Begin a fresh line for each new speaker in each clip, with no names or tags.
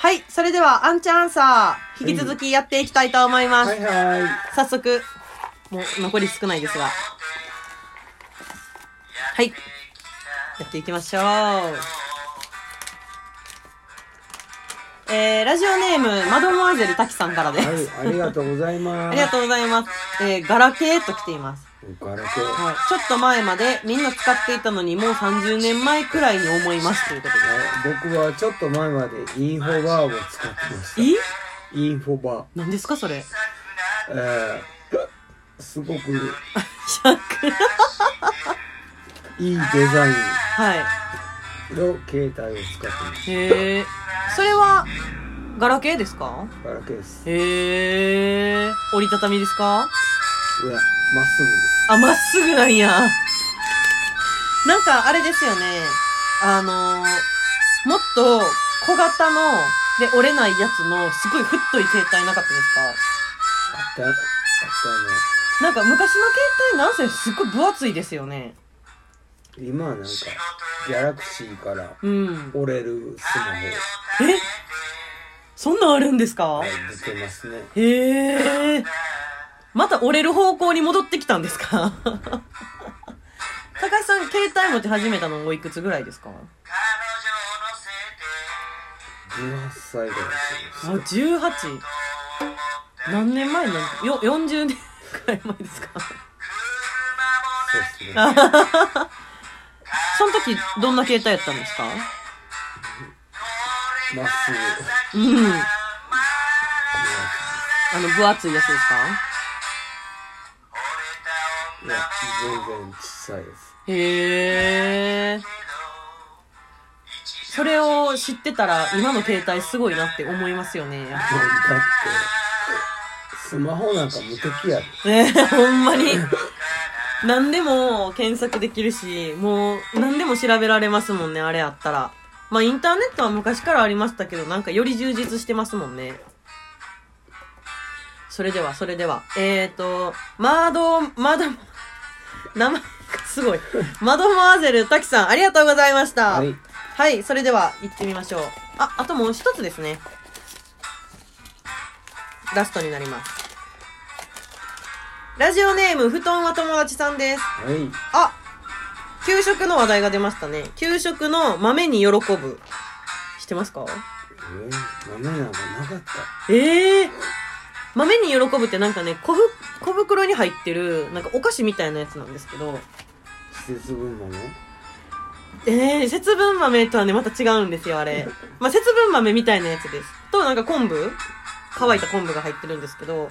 はい、それでは、アンチャンサー、引き続きやっていきたいと思います。
はいは
早速、もう残り少ないですが。はい。やっていきましょう。えー、ラジオネーム、マドモアゼルタキさんからで
い。
す。
はい、ありがとうございます。
ありがとうございます。えー、ガラケーと来ています。
う。ガラケー。は
はい。ちょっと前までみんな使っていたのにもう30年前くらいに思いますということ
い僕はちょっと前までインフォバーを使ってました。
で。え
インフォバ
何ですかそれ。
ー。えー、すごくいいデザイ
はい。
ンの携帯を使ってま
へえ。それは、ガラケーですか
す。ガラケーです。
へえ。折りたたみですか
いや、まっすぐです。
あ、まっすぐなんや。なんか、あれですよね。あのー、もっと小型の、で折れないやつの、すごい太い携帯なかったです
あった、あ
か
った
なんか昔の携帯なんせすっごい分厚いですよね。
ね。今はなんか、ギャラクシーから
うん。
折れるスマホ
えそんなんあるんですか
が出てますね。
へえ。また折れる方向に戻ってきたんですか 高橋さん、携帯持ち始めたのおいくつぐらいですか
18歳ぐらいです
あ、18。何年前なんですよ、40年くらい前ですか
そうですね。
その時、どんな携帯やったんですか
まっすぐ。
うん。あの、分厚いやつですか
いや、全然小さいです。
へえ。それを知ってたら、今の携帯すごいなって思いますよね。
だって、スマホなんか無敵や
ね
で。
え、ほんまに。何でも検索できるし、もう何でも調べられますもんね、あれあったら。まあインターネットは昔からありましたけど、なんかより充実してますもんね。それでは、それでは。えーと、マード、マード、名前、すごい。マドマーゼル、タキさん、ありがとうございました。
はい
はい、それでは行ってみましょう。あ、あともう一つですね。ラストになります。ラジオネーム、布団は友達さんです。
はい。
あ給食の話題が出ましたね。給食の豆に喜ぶ。知ってますか
えー、豆なんかなかった。
ええ豆に喜ぶってなんかね、小ふ小袋に入ってる、なんかお菓子みたいなやつなんですけど、
季節分豆
ええ節分豆とはね、また違うんですよ、あれ。まあ、節分豆みたいなやつです。と、なんか昆布乾いた昆布が入ってるんですけど、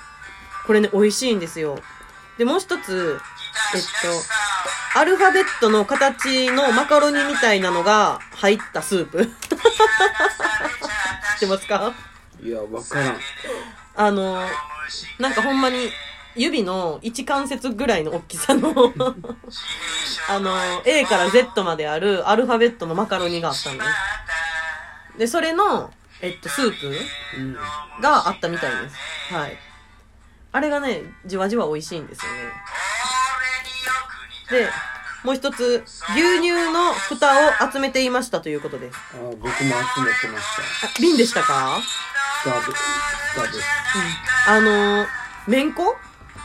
これね、美味しいんですよ。で、もう一つ、えっと、アルファベットの形のマカロニみたいなのが入ったスープ。知 ってますか
いや、わからん。
あの、なんかほんまに、指の1関節ぐらいの大きさの、あの、A から Z まであるアルファベットのマカロニがあったんです。で、それの、えっと、スープ
うん。
があったみたいです。はい。あれがね、じわじわ美味しいんですよね。で、もう一つ、牛乳の蓋を集めていましたということです。
あ僕も集めてまし
あ、瓶でしたか
た。蓋で、蓋です。
あの、めんこ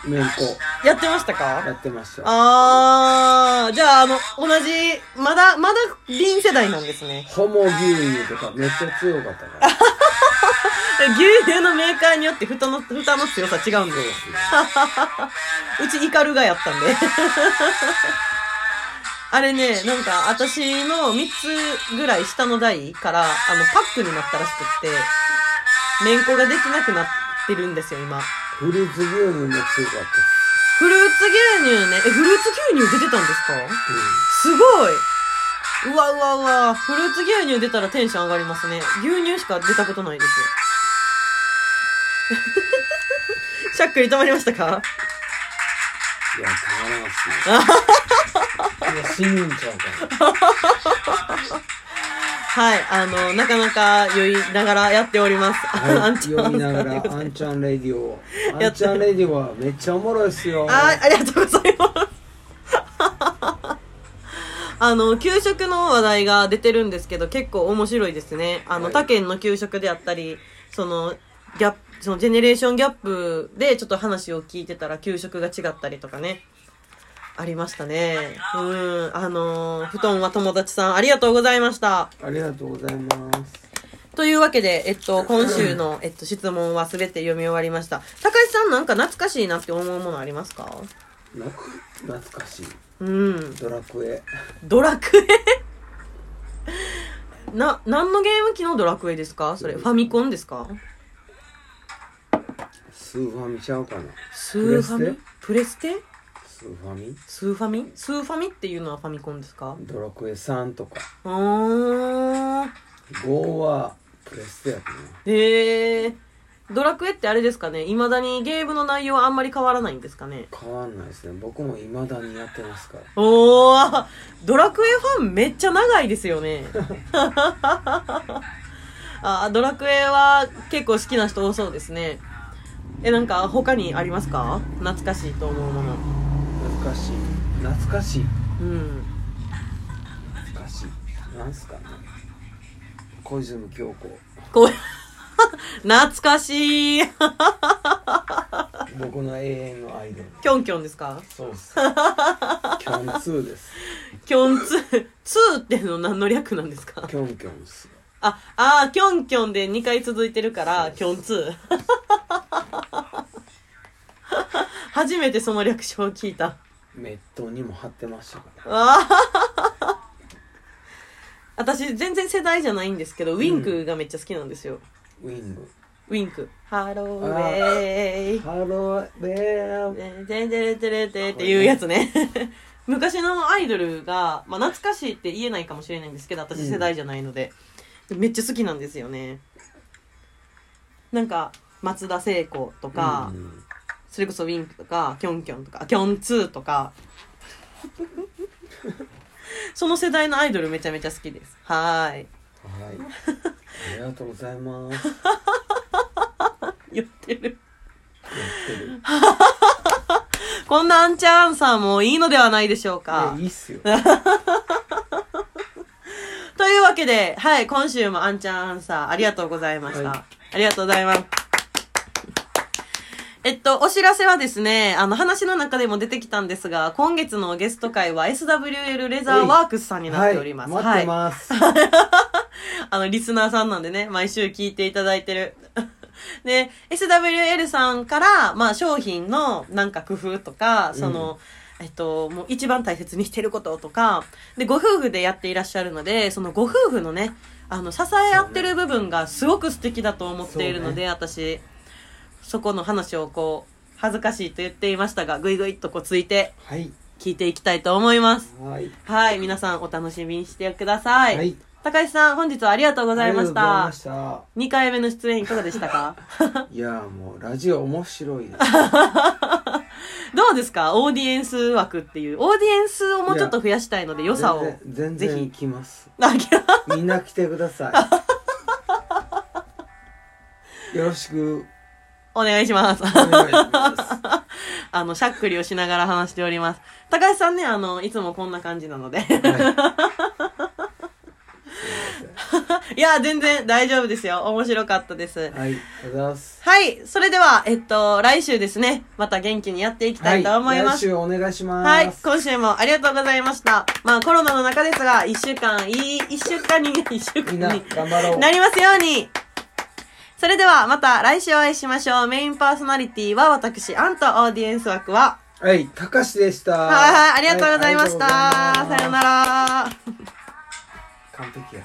めんこ、
やってましたか
やってました。
あー、じゃあ、あの、同じ、まだ、まだ、瓶世代なんですね。
ホモ牛乳とかめっちゃ強かったから。
牛乳のメーカーによって蓋の、蓋の強さ違うんで。
そうですね。
うち、イカルがやったんで。あれね、なんか、私の3つぐらい下の台から、あの、パックになったらしくって、めんこができなくなってるんですよ、今。
フルーツ牛乳も強かったです。
フルーツ牛乳ね、え、フルーツ牛乳出てたんですかすごいうわうわうわフルーツ牛乳出たらテンション上がりますね牛乳しか出たことないです しゃっくり止まりましたか
うん。いや、たまらんっ すね。いや、死ぬんちゃうかな。
はいあのなかなか酔いながらやっております、
は
あ
い、
んちゃん
読みながら、アンちゃんレディオを。
やっ
アン
て
ちゃんレディオはめっちゃおもろいっすよ。
はいありがとうございます あの、給食の話題が出てるんですけど、結構面白いですね。あの、
はい
他県の給食であったり、その、ギャップ、そのジェネレーションギャップでちょっと話を聞いてたら給食が違ったりとかね。ありましたね。うん。あのー布団は友達さん、ありがとうございました。
ありがとうございます。
というわけで、えっと、今週の、えっと、質問はすべて読み終わりました。高橋さんなんか懐かしいなって思うものありますか
な懐かしい。
うん。
ドラクエ。
ドラクエ な、何のゲーム機のドラクエですかそれ、ファミコンですか
スーファミちゃうかな。
スーファミプレステ
スーファミ
スーファミスーファミっていうのはファミコンですか
ドラクエ3とか。
うーん。
5はプレステやったな。
へえ。ドラクエってあれですかね未だにゲームの内容はあんまり変わらないんですかね
変わんないですね。僕も未だにやってますから。
おードラクエファンめっちゃ長いですよね。あードラクエは結構好きな人多そうですね。え、なんか他にありますか懐かしいと思うもの。
懐かしい。懐かしい。
うん。
懐かしい。なんすかね。小泉京子。
こう、 懐かしい。
僕の永遠のアイドル。
キョンキョンですか
そうっす。キョン2です。
キョンツー、ツーっての何の略なんですか
キョンキョンっす。
あ、あー、キョンキョンで2回続いてるから、キョンツー。 初めてその略称を聞いた。
メットにも貼ってましたから。
あー 私全然世代じゃないんですけど、ウィンクがめっちゃ好きなんですよ。
ウィング。
ウィンク。ハローウェイ。
ハローベー。
てんてれてれてっていうやつね。 昔のアイドルが、まあ懐かしいって言えないかもしれないんですけど、私世代じゃないので。めっちゃ好きなんですよね。なんか、松田聖子とか、
うん
それこそウィンクとか、キョンキョンとか、キョンツーと か、その世代のアイドルめちゃめちゃ好きです。はーい。
はい。ありがとうございま す。や
言ってる。
ってる。
こんなアンチャンさんもいいのではないでしょうか
ねい。いっすよ。
というわけで、はい、今週もあんちゃんアンサーありがとうございました。
はい
ありがとうございます。えっと、お知らせはですね、あの、話の中でも出てきたんですが、今月のゲスト会は SWL レザーワークスさんになっております。
はい待ってます。
あの、リスナーさんなんでね、毎週聞いていただいてる。 で、SWL さんから、まあ、商品のなんか工夫とか、その、えっと、もう一番大切にしてることとか、で、ご夫婦でやっていらっしゃるので、そのご夫婦のね、あの、支え合ってる部分がすごく素敵だと思っているので、私、そこの話をこう、恥ずかしいと言っていましたが、ぐいぐいっとこうついて
はい。
聞いていきたいと思います。
はい。
はい、皆さんお楽しみにしてください。
はい
高橋さん、本日はありがとうございまし
あ
た
りが。とうございま
2回目の出演いかがでしたか
した。いやーもうラジオ面白いです。
どうですかオーディエンス枠っていう。オーディエンスをもうちょっと増やしたいので、良さを。
全然全
ぜ
然
ひ。
来ます。
あいや
みんな来てくださ い。よろしく
お願いします。
お願いします。
あの、しゃっくりをしながら話しております。高橋さんね、あの、いつもこんな感じなので。 いや、全然大丈夫ですよ。面白かったです。
はい、ありがとうございます。
はい。それでは、えっと、来週ですね。また元気にやっていきたいと思いま
来
す。
週お願いします。
はい。今週もありがとうございました。まあ、コロナの中ですが、一週間、いい、一週間 に、一週
みんな
間に、
頑張ろう。
なりますようにそれではまた来週お会いしましょう。メインパーソナリティは私、アンとオーディエンス枠は、
はい、たかしでした。
はいはい、ありがとうございました。
はいありがとうござい
さよ
ま
な
す
ら。
完璧や。